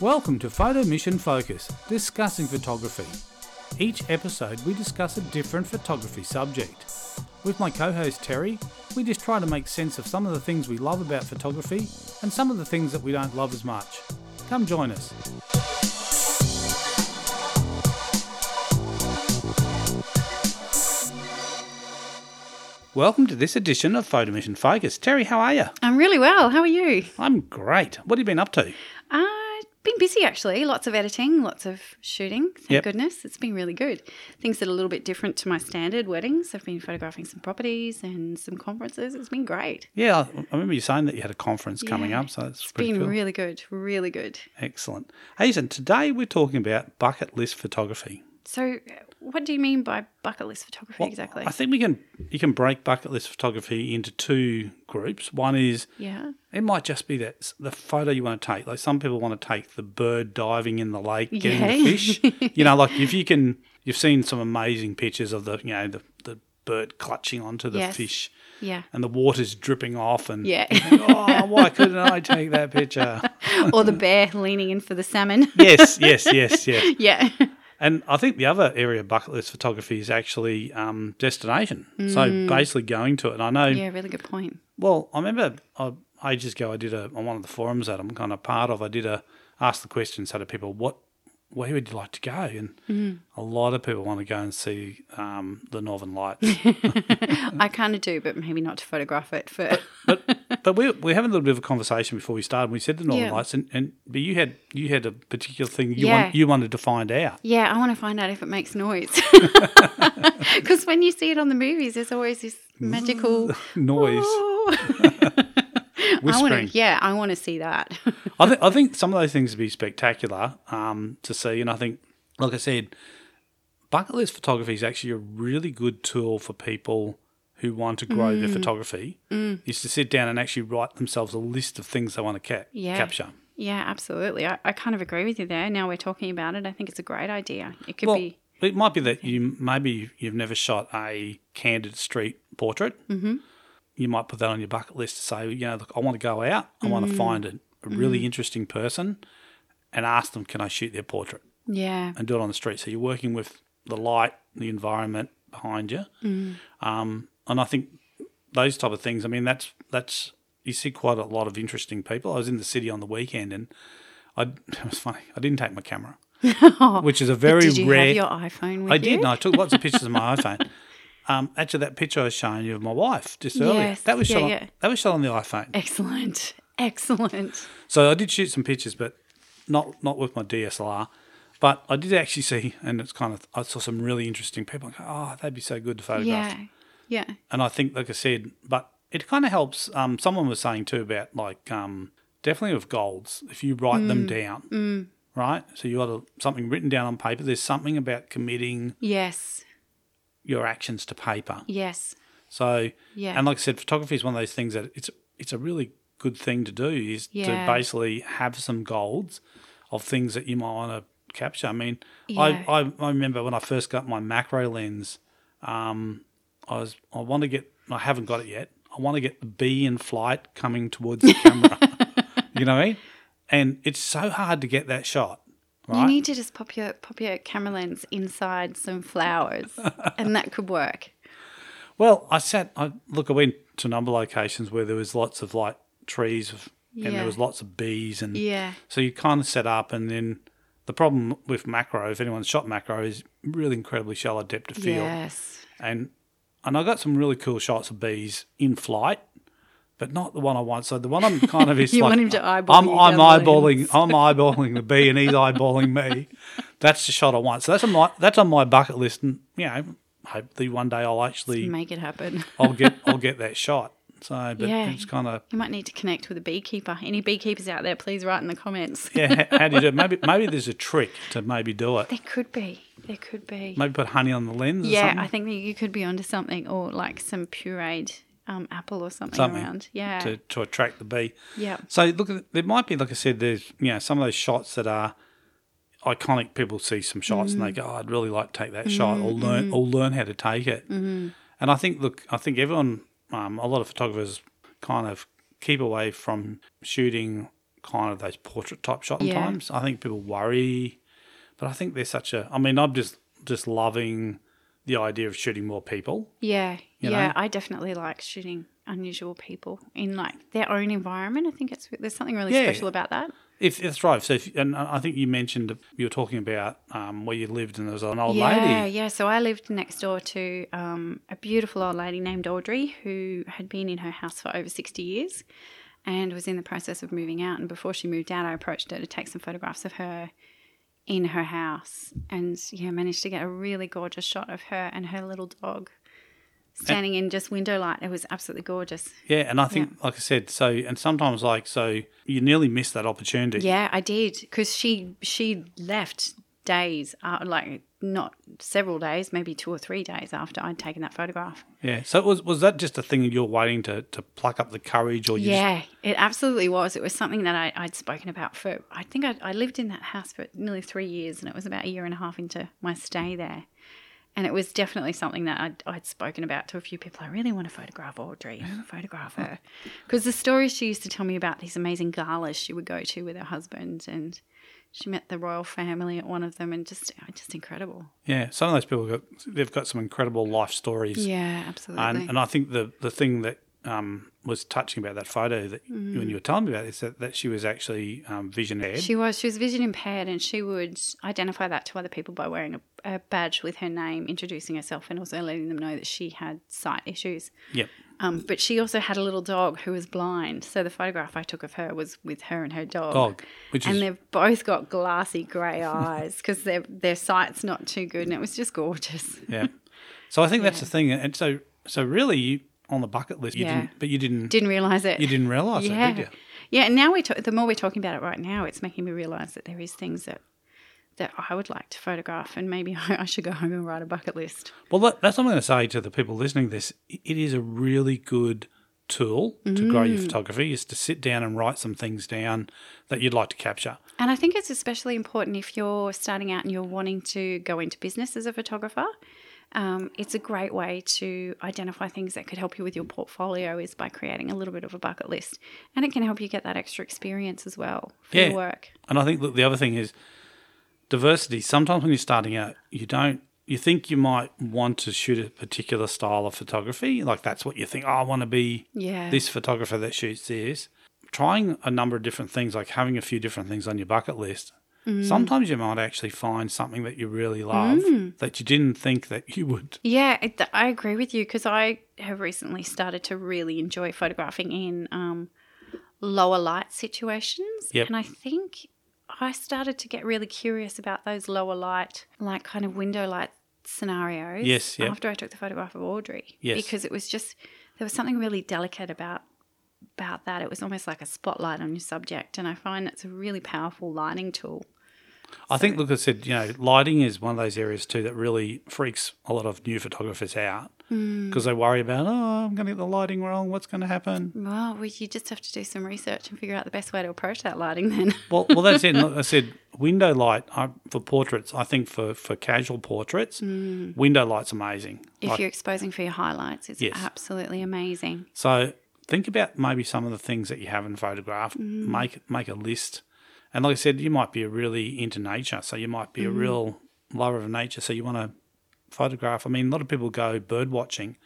Welcome to Photo Mission Focus, discussing photography. Each episode, we discuss a different photography subject. With my co host Terry, we just try to make sense of some of the things we love about photography and some of the things that we don't love as much. Come join us. Welcome to this edition of Photo Mission Focus. Terry, how are you? I'm really well. How are you? I'm great. What have you been up to? Uh, been busy actually. Lots of editing, lots of shooting. Thank Yep. goodness. It's been really good. Things that are a little bit different to my standard weddings. I've been photographing some properties and some conferences. It's been great. Yeah, I I remember you saying that you had a conference coming Yeah, up, so that's It's pretty been cool. really good. Really good. Excellent. Hey, and today we're talking about bucket list photography. So, uh, what do you mean by bucket list photography Well, exactly? I think we can you can break bucket list photography into two groups. One is yeah. it might just be that s- the photo you want to take. Like some people want to take the bird diving in the lake, getting Yeah. the fish. you know, like if you can, you've seen some amazing pictures of the you know the the bird clutching onto the Yes. fish Yeah. and the water's dripping off and Yeah. you think, oh why couldn't I take that picture? or the bear leaning in for the salmon. yes, yes, yes, yes. yeah. And I think the other area of bucket list photography is actually um, destination. So basically going to it. And I know, Mm. Yeah, really good point. well, I remember uh, ages ago I did a, on one of the forums that I'm kind of part of, I did a ask the question so to people, what, where would you like to go? And Mm-hmm. a lot of people want to go and see um, the Northern Lights. I kind of do, but maybe not to photograph it for but we, we having a little bit of a conversation before we started. We said the Northern Yeah. Lights, and, and but you had you had a particular thing you Yeah. want, you wanted to find out. Yeah, I want to find out if it makes noise. Because when you see it on the movies, there's always this magical Noise, "Oh." I whispering. want to, yeah, I want to see that. I think I think some of those things would be spectacular um, to see, and I think, like I said, bucket list photography is actually a really good tool for people who want to grow Mm. their photography. Is to sit down and actually write themselves a list of things they want to cap- Yeah. capture. yeah, absolutely. I, I kind of agree with you there. Now we're talking about it. I think it's a great idea. It could Well, be. it might be that you maybe you've never shot a candid street portrait. Mm-hmm. You might put that on your bucket list to say, you know, look, I want to go out. I want Mm. to find a, a really interesting person, and ask them, can I shoot their portrait? Yeah, and do it on the street. So you're working with the light, the environment behind you, Mm. um, and I think those type of things. I mean, that's that's you see quite a lot of interesting people. I was in the city on the weekend, and I it was funny. I didn't take my camera, which is a very did you rare. have your iPhone with I you? did. And I took lots of pictures of my iPhone. Um, actually, that picture I was showing you of my wife just earlier Yes, that was yeah, shot on, yeah. that was shot on the iPhone. Excellent, excellent. So I did shoot some pictures, but not not with my DSLR. But I did actually see, and it's kind of I saw some really interesting people. I go, oh, that'd be so good to photograph. Yeah, yeah, And I think, like I said, but it kind of helps. Um, someone was saying too about like um, definitely with golds, if you write them down, right? So you got a, something written down on paper. There's something about committing yes, your actions to paper. yes, So Yeah. and like I said, photography is one of those things that it's it's a really good thing to do is Yeah. to basically have some golds of things that you might want to capture. I mean, Yeah. I, I I remember when I first got my macro lens, um, I was I want to get I haven't got it yet. I want to get the bee in flight coming towards the camera. you know what I mean? And it's so hard to get that shot. You Right? need to just pop your pop your camera lens inside some flowers, and that could work. Well, I sat. I look. I went to a number of locations where there was lots of like trees, of, and Yeah. there was lots of bees, and Yeah, so you kind of set up, and then the problem with macro, if anyone's shot macro, is really incredibly shallow depth of field, yes. and and I got some really cool shots of bees in flight. But not the one I want. So the one I'm kind of is You like want him to eyeball I'm you I'm down the eyeballing I'm eyeballing the bee and he's eyeballing me. That's the shot I want. So that's on my that's on my bucket list, and you know, hopefully one day I'll actually make it happen. I'll get I'll get that shot. So, but Yeah. it's kind of You might need to connect with a beekeeper. Any beekeepers out there, please write in the comments. yeah. h- How do you do? It? Maybe maybe there's a trick to maybe do it. There could be. There could be. Maybe put honey on the lens. or yeah, something I think that you could be onto something or like some pureed um, apple or something, Something around. Yeah. to to attract the bee. yeah. So look, there might be like I said, there's you know some of those shots that are iconic. People see some shots and they go, oh, "I'd really like to take that shot," or learn or learn how to take it. And I think look, I think everyone, um, a lot of photographers, kind of keep away from shooting kind of those portrait type shots Yeah. sometimes. I think people worry, but I think they're such a. I mean, I'm just just loving the idea of shooting more people. Yeah. You yeah. know? I definitely like shooting unusual people in like their own environment. I think it's there's something really Yeah. special about that. If that's right. So, if, and I think you mentioned you were talking about um, where you lived, and there was an old yeah, lady. yeah. So I lived next door to um, a beautiful old lady named Audrey who had been in her house for over 60 years and was in the process of moving out. And before she moved out, I approached her to take some photographs of her in her house and yeah, managed to get a really gorgeous shot of her and her little dog standing in just window light. It was absolutely gorgeous. Yeah, and I think, like I said, so and sometimes like so you nearly miss that opportunity. Yeah, I did because she she left days uh, like not several days, maybe two or three days after I'd taken that photograph. Yeah. So it was was that just a thing you're waiting to, to pluck up the courage, or you Yeah, it absolutely was. It was something that I, I'd spoken about for, I think I, I lived in that house for nearly three years, and it was about a year and a half into my stay there. And it was definitely something that I'd, I'd spoken about to a few people. I really want to photograph Audrey. I want to photograph her. Because the stories she used to tell me about these amazing galas she would go to with her husband, and she met the royal family at one of them, and just, uh, just incredible. just yeah? Some of those people got they've got some incredible life stories. Yeah, absolutely. And, and I think the, the thing that um, was touching about that photo that when you were telling me about is that, that she was actually um, visionaire. Mm-hmm. She was. She was vision impaired, and she would identify that to other people by wearing a, a badge with her name, introducing herself, and also letting them know that she had sight issues. yep. Um, but she also had a little dog who was blind. So the photograph I took of her was with her and her dog. Dog, which And is they've both got glassy grey eyes because their their sight's not too good, and it was just gorgeous. yeah. So I think that's the thing. And so so really you on the bucket list you Yeah. didn't but you didn't, Didn't realise it. you didn't realise yeah. it, did you? Yeah, and now we talk, the more we're talking about it right now, it's making me realize that there is things that that I would like to photograph, and maybe I, I should go home and write a bucket list. Well, that, that's what I'm going to say to the people listening to this. I- It is a really good tool to grow Mm. your photography is to sit down and write some things down that you'd like to capture. And I think it's especially important if you're starting out and you're wanting to go into business as a photographer. Um, it's a great way to identify things that could help you with your portfolio is by creating a little bit of a bucket list, and it can help you get that extra experience as well for Yeah. your work. And I think that the other thing is diversity. Sometimes when you're starting out, you don't you think you might want to shoot a particular style of photography, like that's what you think. Oh, I want to be Yeah, this photographer that shoots this. Trying a number of different things, like having a few different things on your bucket list. Sometimes you might actually find something that you really love that you didn't think that you would. Yeah, it, th- I agree with you because I have recently started to really enjoy photographing in um, lower light situations. Yep. And I think I started to get really curious about those lower light, like kind of window light scenarios. Yes, yep. After I took the photograph of Audrey. Yes. Because it was just, there was something really delicate about about that it was almost like a spotlight on your subject and i find it's a really powerful lighting tool I think, look, I said, you know, lighting is one of those areas too that really freaks a lot of new photographers out because they worry about, oh, I'm going to get the lighting wrong. What's going to happen? well, well you just have to do some research and figure out the best way to approach that lighting then Well, well, that's it. Look, I said window light I, for portraits. I think for for casual portraits, window light's amazing. if Like, you're exposing for your highlights, it's Yes. absolutely amazing. so think about maybe some of the things that you haven't photographed. Mm. Make make a list, and like I said, you might be really into nature, so you might Mm. be a real lover of nature. So you want to photograph. I mean, a lot of people go bird watching,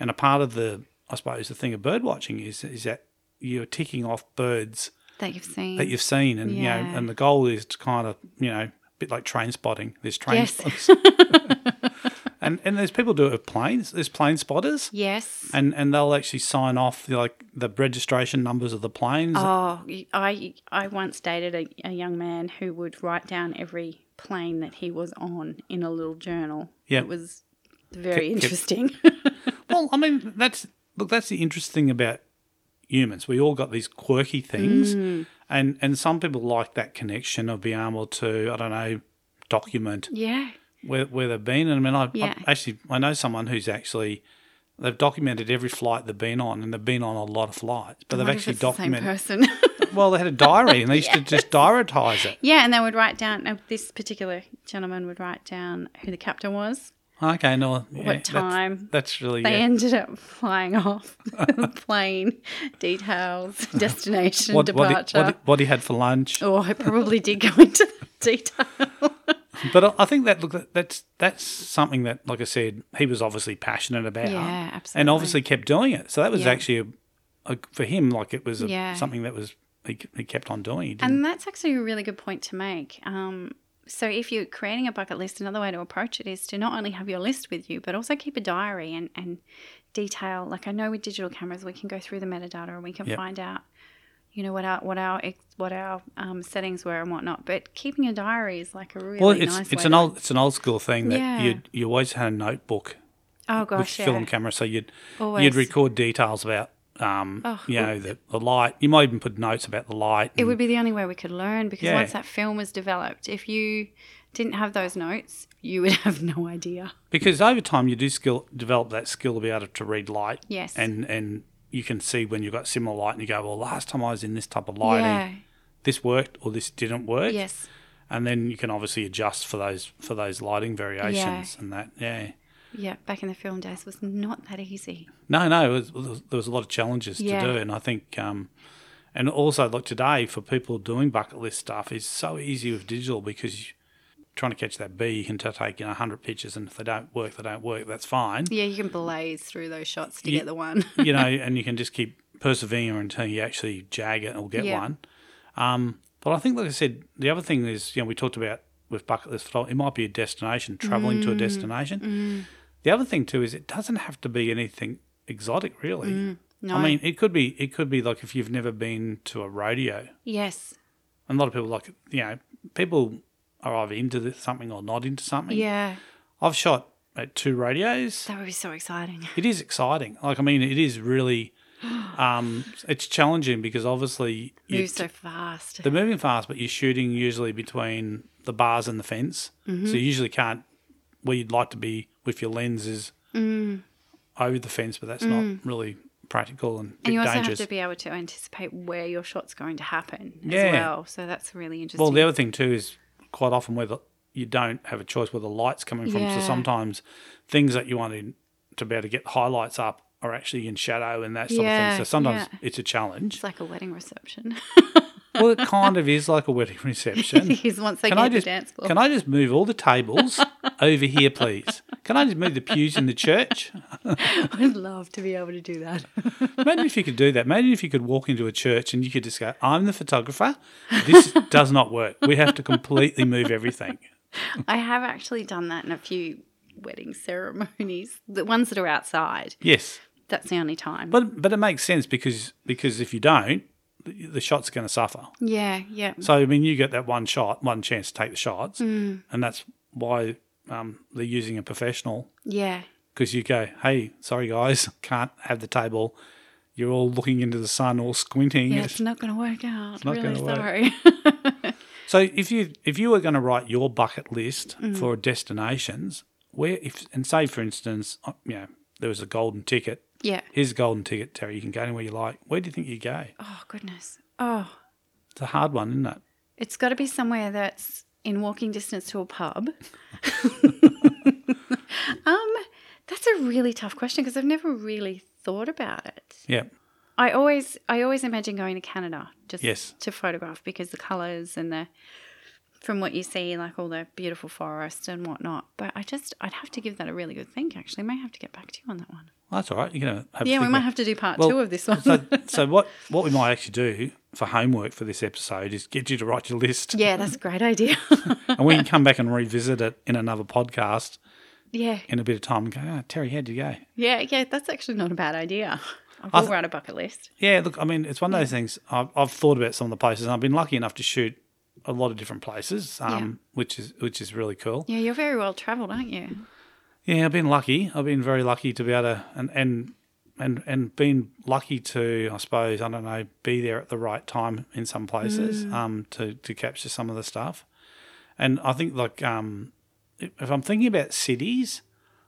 and a part of the I suppose the thing of bird watching is is that you're ticking off birds That you've seen. that you've seen, and you Yeah. know, and the goal is to kind of you know, a bit like train spotting. There's train Yes. spotters, and and there's people do it with planes. There's plane spotters, yes. and and they'll actually sign off you know, like the registration numbers of the planes. Oh, y- I I once dated a, a young man who would write down every plane that he was on in a little journal. Yeah. It was very Kept- kept- interesting. Well, I mean, that's look, that's the interesting thing about humans. We all got these quirky things, Mm. and and some people like that connection of being able to I don't know document yeah. where, where they've been. And I mean, I, Yeah. I actually I know someone who's actually they've documented every flight they've been on, and they've been on a lot of flights, but they've What if actually it's the same documented. person. Well, they had a diary, and they used to just diaritise it. yeah, and they would write down. Uh, this particular gentleman would write down who the captain was. Okay, no. yeah, what that's- time. That's, really. They yeah. ended up flying off the plane, details, destination, What, what, he, departure. what, he, what he had for lunch, oh, I probably did go into detail. but I- I think that look that- that's that's something that, like I said, he was obviously passionate about, Yeah, absolutely. and obviously kept doing it. So that was Yeah. actually a, a, for him like it was a, Yeah. something that was he, he kept on doing. He didn't, And that's actually a really good point to make. Um, so, if you're creating a bucket list, another way to approach it is to not only have your list with you, but also keep a diary and, and detail. Like I know with digital cameras, we can go through the metadata and we can Yep. find out, you know, what our what our ex- what our um, settings were and whatnot. But keeping a diary is like a really well, it's nice it's way an to- old it's an old school thing that Yeah. you you always had a notebook oh with gosh, yeah. film camera, so you'd Always. you'd record details about um Oh, you know the, the light. You might even put notes about the light. It and- would be the only way we could learn because Yeah. once that film was developed, if you didn't have those notes, you would have no idea. because over time you do skill develop that skill to be able to read light. Yes. and and you can see when you've got similar light, and you go, well, last time I was in this type of lighting, Yeah. this worked or this didn't work. Yes. and then you can obviously adjust for those for those lighting variations and that. Yeah. Yeah, back in the film days was not that easy. No, no, it was, there was a lot of challenges Yeah. to do, and I think, um, and also like today for people doing bucket list stuff is so easy with digital because you, trying to catch that bee, you can t- take you know hundred pictures, and if they don't work, they don't work. That's fine, Yeah, you can blaze through those shots to Ye- get the one. you know, and you can just keep persevering until you actually jag it or get Yeah. one. Um, but I think, like I said, the other thing is you know we talked about with bucket list photo, it might be a destination, traveling Mm. to a destination. The other thing too is it doesn't have to be anything exotic, really. Mm. no. I mean, it could be it could be like if you've never been to a rodeo. yes. And a lot of people like you know people are either into this, something or not into something. Yeah. I've shot at two radios. That would be so exciting. It is exciting. Like I mean, it is really um, it's challenging because obviously you, Move so fast. they're moving fast, but you're shooting usually between the bars and the fence, Mm-hmm. so you usually can't where you'd like to be with your lenses Mm. over the fence, but that's not really practical and, and bit you also dangerous. have to be able to anticipate where your shot's going to happen Yeah. as well. So that's really interesting. Well, the other thing too is quite often whether you don't have a choice where the light's coming from. Yeah. So sometimes things that you want in- to be able to get highlights up are actually in shadow and that sort of Yeah, thing. So sometimes yeah. it's a challenge. it's like a wedding reception. well, it kind of is like a wedding reception. Because once they Can get I the just dance floor. can I just move all the tables over here, please? Can I just move the pews in the church? I would love to be able to do that. Imagine if you could do that. Imagine if you could walk into a church and you could just go, "I'm the photographer. This does not work. We have to completely move everything." I have actually done that in a few wedding ceremonies. The ones that are outside. Yes. That's the only time. But but it makes sense because because if you don't, the, the shot's going to suffer. yeah, yeah. So I mean, you get that one shot, one chance to take the shots, Mm. and that's why um, they're using a professional Yeah. because you go, hey, sorry guys, can't have the table. You're all looking into the sun, all squinting. Yeah, it's not going to work out. not really gonna work. sorry. So if you if you were going to write your bucket list Mm. for destinations, where if and say for instance, uh, you know, there was a golden ticket. yeah. Here's a golden ticket, Terry. You can go anywhere you like. Where do you think you go? Oh goodness. Oh, It's a hard one, isn't it? it's got to be somewhere that's in walking distance to a pub. um, that's a really tough question because I've never really thought about it. Yeah. I always, I always imagine going to Canada just Yes. to photograph because the colors and the from what you see, like all the beautiful forest and whatnot. But I just, I'd have to give that a really good think. Actually, may have to get back to you on that one. That's all right. You're gonna have a Yeah, we think might about- have to do part Well, two of this one. so, so what what we might actually do for homework for this episode is get you to write your list, yeah, that's a great idea. and we can come back and revisit it in another podcast yeah, in a bit of time. And go, oh, Terry, how'd you go? Yeah, yeah, that's actually not a bad idea. I will th- write a bucket list. Yeah, look, I mean, it's one of those things. I've, I've thought about some of the places, and I've been lucky enough to shoot a lot of different places, um, which is which is really cool. Yeah, you're very well travelled, aren't you? Yeah, I've been lucky. I've been very lucky to be able to and and and and been lucky to, I suppose, I don't know, be there at the right time in some places um, to to capture some of the stuff. And I think like um, if if I'm thinking about cities,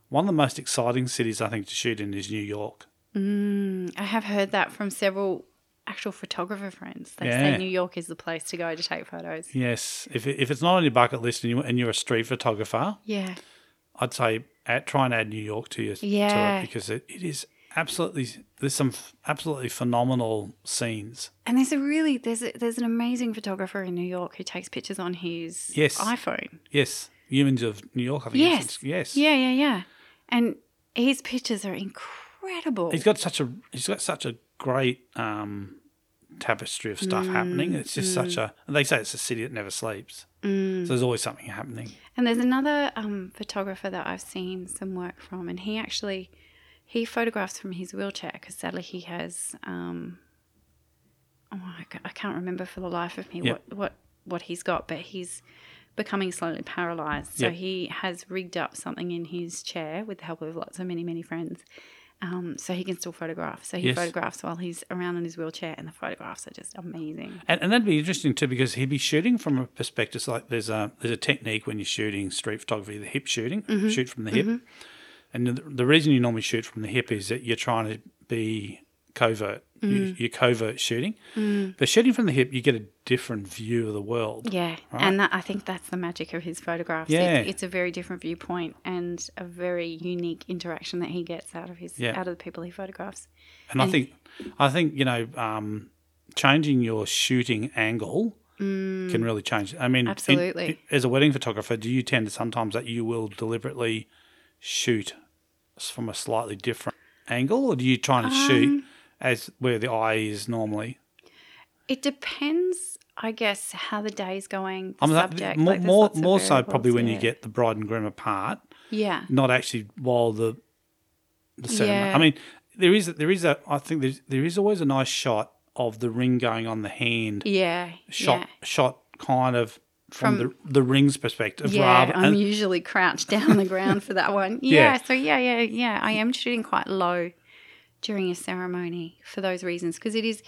one of the most exciting cities I think to shoot in is New York. I have heard that from several actual photographer friends. They Yeah. say New York is the place to go to take photos. Yes, if it- if it's not on your bucket list and you and you're a street photographer, Yeah. I'd say add, try and add New York to your to Yeah. it because it, it is absolutely there's some f- absolutely phenomenal scenes. And there's a really there's a, there's an amazing photographer in New York who takes pictures on his Yes. iPhone. Yes, humans of New York. I think Yes. it's- yes, Yeah, yeah, yeah. And his pictures are incredible. He's got such a he's got such a great um, tapestry of stuff Mm, happening. It's just such a and they say it's a city that never sleeps. Mm. So there's always something happening. And there's another um, photographer that I've seen some work from, and he actually he photographs from his wheelchair because sadly he has um, oh I ca- I can't remember for the life of me Yep. what what what he's got, but he's becoming slowly paralyzed. So Yep. he has rigged up something in his chair with the help of lots of many many friends. Um, so he can still photograph. So he Yes. photographs while he's around in his wheelchair, and the photographs are just amazing. And, and that'd be interesting too because he'd be shooting from a perspective so like there's a there's a technique when you're shooting street photography, the hip shooting, shoot from the hip. And the, the reason you normally shoot from the hip is that you're trying to be covert. You, you're covert shooting. But shooting from the hip, you get a different view of the world. Yeah, and that, I think that's the magic of his photographs. Yeah. It's, it's a very different viewpoint and a very unique interaction that he gets out of his Yeah. out of the people he photographs. And I think, I think you know, um, changing your shooting angle can really change. I mean, in- Mm. Absolutely. as a wedding photographer, do you tend to sometimes that you will deliberately shoot s- from a slightly different angle, or do you try and Um, shoot as where the eye is normally? It depends, I guess, how the day's going. The I'm like, subject, more like, there's more, lots of more so probably variables, when you yeah. get the bride and groom apart, yeah, not actually while the the ceremony. Yeah. I mean, there is there is a I think there's, there is always a nice shot of the ring going on the hand yeah, shot yeah. shot kind of from, From- the the rings perspective Yeah, rather I'm and, usually crouched down on the ground for that one. Yeah. Yeah, so yeah, yeah, yeah. I am shooting quite low during a ceremony for those reasons because it is,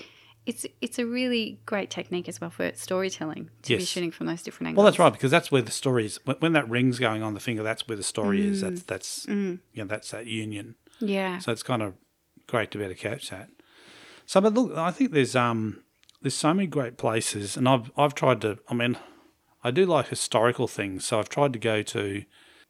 it's it's a really great technique as well for storytelling to be Yes. shooting from those different angles. well that's right because that's where the story is when, when that ring's going on the finger that's where the story Mm. is that's that's you know that's that union Yeah, so it's kind of great to be able to catch that so but look I think there's um there's so many great places and I've I've tried to I mean I do like historical things so I've tried to go to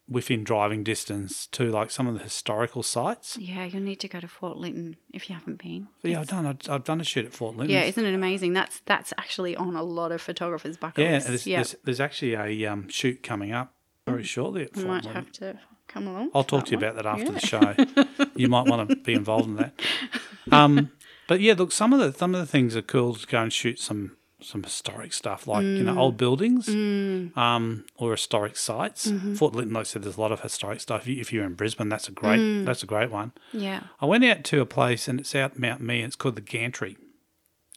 within driving distance to like some of the historical sites yeah. You'll need to go to Fort Lytton if you haven't been. but yeah I've done I've, I've done a shoot at Fort Linton Yeah, isn't it amazing? That's that's actually on a lot of photographers' bucket Yeah, lists. there's, yeah, Mm. There's, there's actually a um, shoot coming up very shortly. At you might Fort William. have to come along. I'll for talk that to you one. about that after the show. you might want to be involved in that. Um, but yeah, look, some of the some of the things are cool to go and shoot some some historic stuff like you Mm. know old buildings um, or historic sites. Mm-hmm. Fort Lytton, like I said, there's a lot of historic stuff. If you- If you're in Brisbane, that's a great Mm. that's a great one. Yeah. I went out to a place and it's out Mount Me. And it's called the Gantry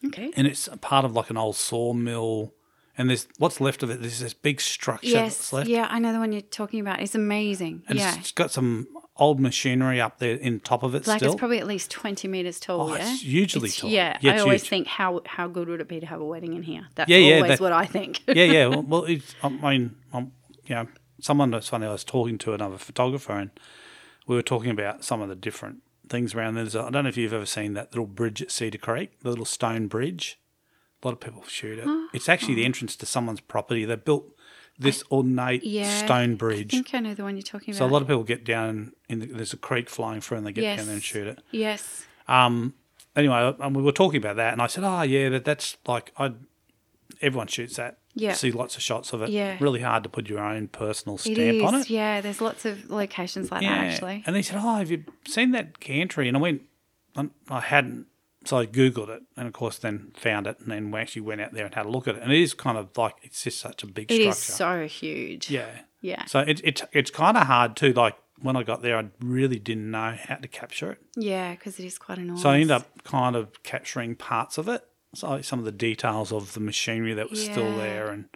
Okay. and it's a part of like an old sawmill. And there's what's left of it. There's this big structure Yes. that's left, Yeah, I know the one you're talking about. It's amazing. and yeah. it's, it's got some old machinery up there in top of it Like still. it's probably at least twenty meters tall. Oh, yeah, it's hugely tall. Yeah, Yeah, I it's always huge. think how how good would it be to have a wedding in here? That's Yeah, yeah, always that- what I think. yeah, yeah. Well, well it's, I mean, um you know, someone that's funny. I was talking to another photographer, and we were talking about some of the different things around there. There's a, I don't know if you've ever seen that little bridge at Cedar Creek, the little stone bridge. A lot of people shoot it. It's actually Oh. the entrance to someone's property. They built this ornate yeah, stone I bridge. think I know the one you're talking about. So a lot of people get down in the, there's a creek flowing through and they get yes. down there and shoot it. Yes. Um, anyway, and we were talking about that, and I said, "Oh yeah, that, that's like I everyone shoots that. Yeah. see lots of shots of it. Yeah. really hard to put your own personal It stamp is. on it. Yeah, there's lots of locations like that actually. And they said, "Oh, have you seen that gantry?" And I went, I, I hadn't. So I googled it, and of course, then found it, and then we actually went out there and had a look at it. And it is kind of like it's just such a big It structure. is so huge. yeah, Yeah. so it, it, it's kind of hard too. Like when I got there, I really didn't know how to capture it. Yeah, because it is quite enormous. So I ended up kind of capturing parts of it. So some of the details of the machinery that was still Yeah. there, and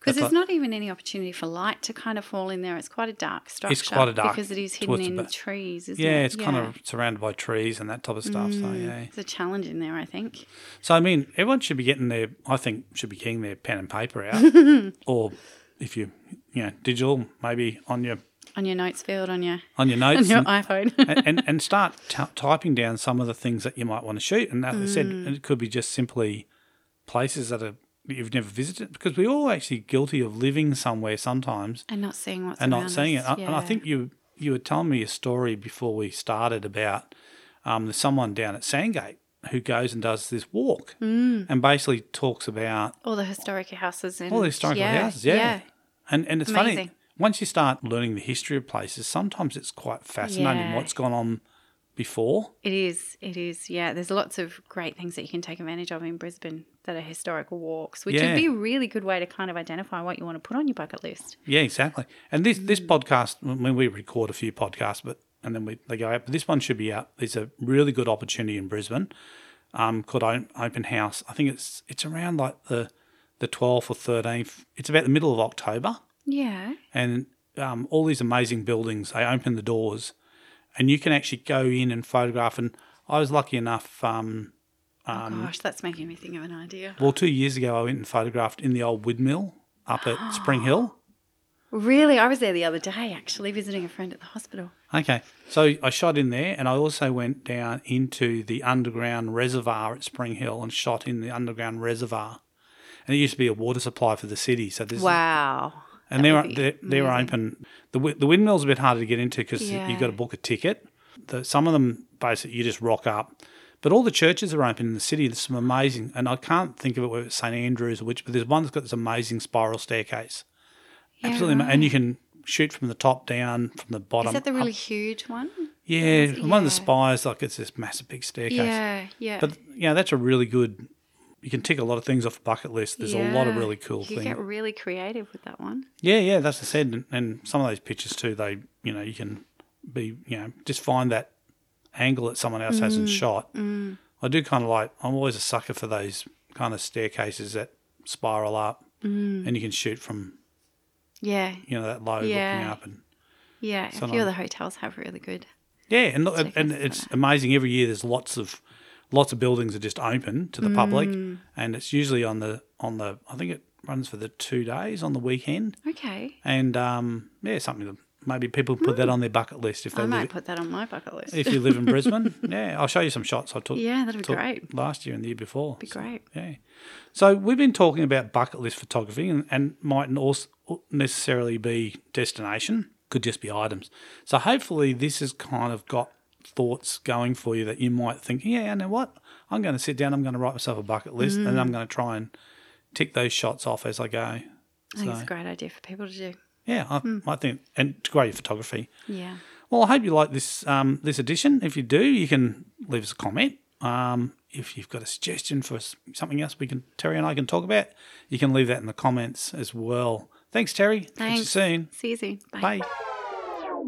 because that's there's not even any opportunity for light to kind of fall in there. It's quite a dark structure. quite a dark- because it is hidden towards the in back. trees, isn't it? yeah, Mm. it's kind of surrounded by trees and that type of stuff. So yeah. It's a challenge in there, I think. So I mean, everyone should be getting their. I think should be getting their pen and paper out, or if you, you know, digital, maybe on your On your notes field, on your on your on notes. your and- iPhone. and, and, and start t- typing down some of the things that you might want to shoot. And as I said, Mm. it could be just simply places that are, you've never visited because we're all actually guilty of living somewhere sometimes and not seeing what's and around not seeing us. it. I- And I yeah. think you you were telling me a story before we started about um, there's someone down at Sandgate who goes and does this walk Mm. and basically talks about All the historic houses and all the historical yeah, houses. Yeah. And and it's funny Amazing. once you start learning the history of places, sometimes it's quite fascinating Yeah. what's gone on before. It is. It is. Yeah. There's lots of great things that you can take advantage of in Brisbane that are historical walks, which Yeah. would be a really good way to kind of identify what you want to put on your bucket list. Yeah, exactly. And this this podcast, I mean, we record a few podcasts, but and then we they go out. But this one should be out. There's a really good opportunity in Brisbane, um, called O- Open House. I think it's it's around like the the twelfth or thirteenth. It's about the middle of October, Yeah. and um, all these amazing buildings. They open the doors, and you can actually go in and photograph. And I was lucky enough. Um, Oh, Gosh, that's making me think of an idea. well, two years ago, I went and photographed in the old windmill up at Spring Hill. Really, I was there the other day actually visiting a friend at the hospital. Okay. So I shot in there and I also went down into the underground reservoir at Spring Hill and shot in the underground reservoir. And it used to be a water supply for the city. So this is, Um, Wow. and that they're, would be they're, they're amazing. open. The, wi- the windmill's a bit harder to get into because Yeah. you've got to book a ticket. The, some of them basically you just rock up. But all the churches are open in the city. There's some amazing, and I can't think of it whether it's St Andrews or which, but there's one that's got this amazing spiral staircase. Yeah, Absolutely. ama- And you can shoot from the top down, from the bottom. Is that the up really huge one? yeah, one of the yeah. spires, like it's this massive big staircase. Yeah, yeah. But yeah, that's a really good. You can tick a lot of things off a bucket list. There's a lot of Yeah. really cool You things. could get really creative with that one. yeah, yeah, that's what I said. And, and some of those pictures too. They, you know, you can be, you know, just find that angle that someone else hasn't Mm. shot. I do kind of like. I'm always a sucker for those kind of staircases that spiral up, Mm. and you can shoot from Yeah, you know that low looking Yeah. up and yeah. a few Someone- of the hotels have really good. Yeah, and look, and, Take and us for it's amazing. Every year, there's lots of lots of buildings are just open to the public, Mm. and it's usually on the on the. I think it runs for the two days on the weekend, Okay. and um, yeah, something that maybe people put that on their bucket list if they Mm. I might live, put that on my bucket list. if you live in Brisbane. Yeah, I'll show you some shots I took. Yeah, that'd be took great. Last year and the year before, be great. yeah. So we've been talking about bucket list photography and, and mightn't also necessarily be destination, could just be items. So hopefully this has kind of got thoughts going for you that you might think, yeah, you know what? I'm going to sit down, I'm going to write myself a bucket list and I'm going to try and tick those shots off as I go. I think it's a great idea for people to do. Yeah, I, I think, and it's great photography. Yeah. Well, I hope you like this um, this edition. If you do, you can leave us a comment. Um, if you've got a suggestion for s- something else we can Terry and I can talk about, you can leave that in the comments as well. Thanks, Terry. Catch you Thanks. soon. See you soon. Bye. Bye.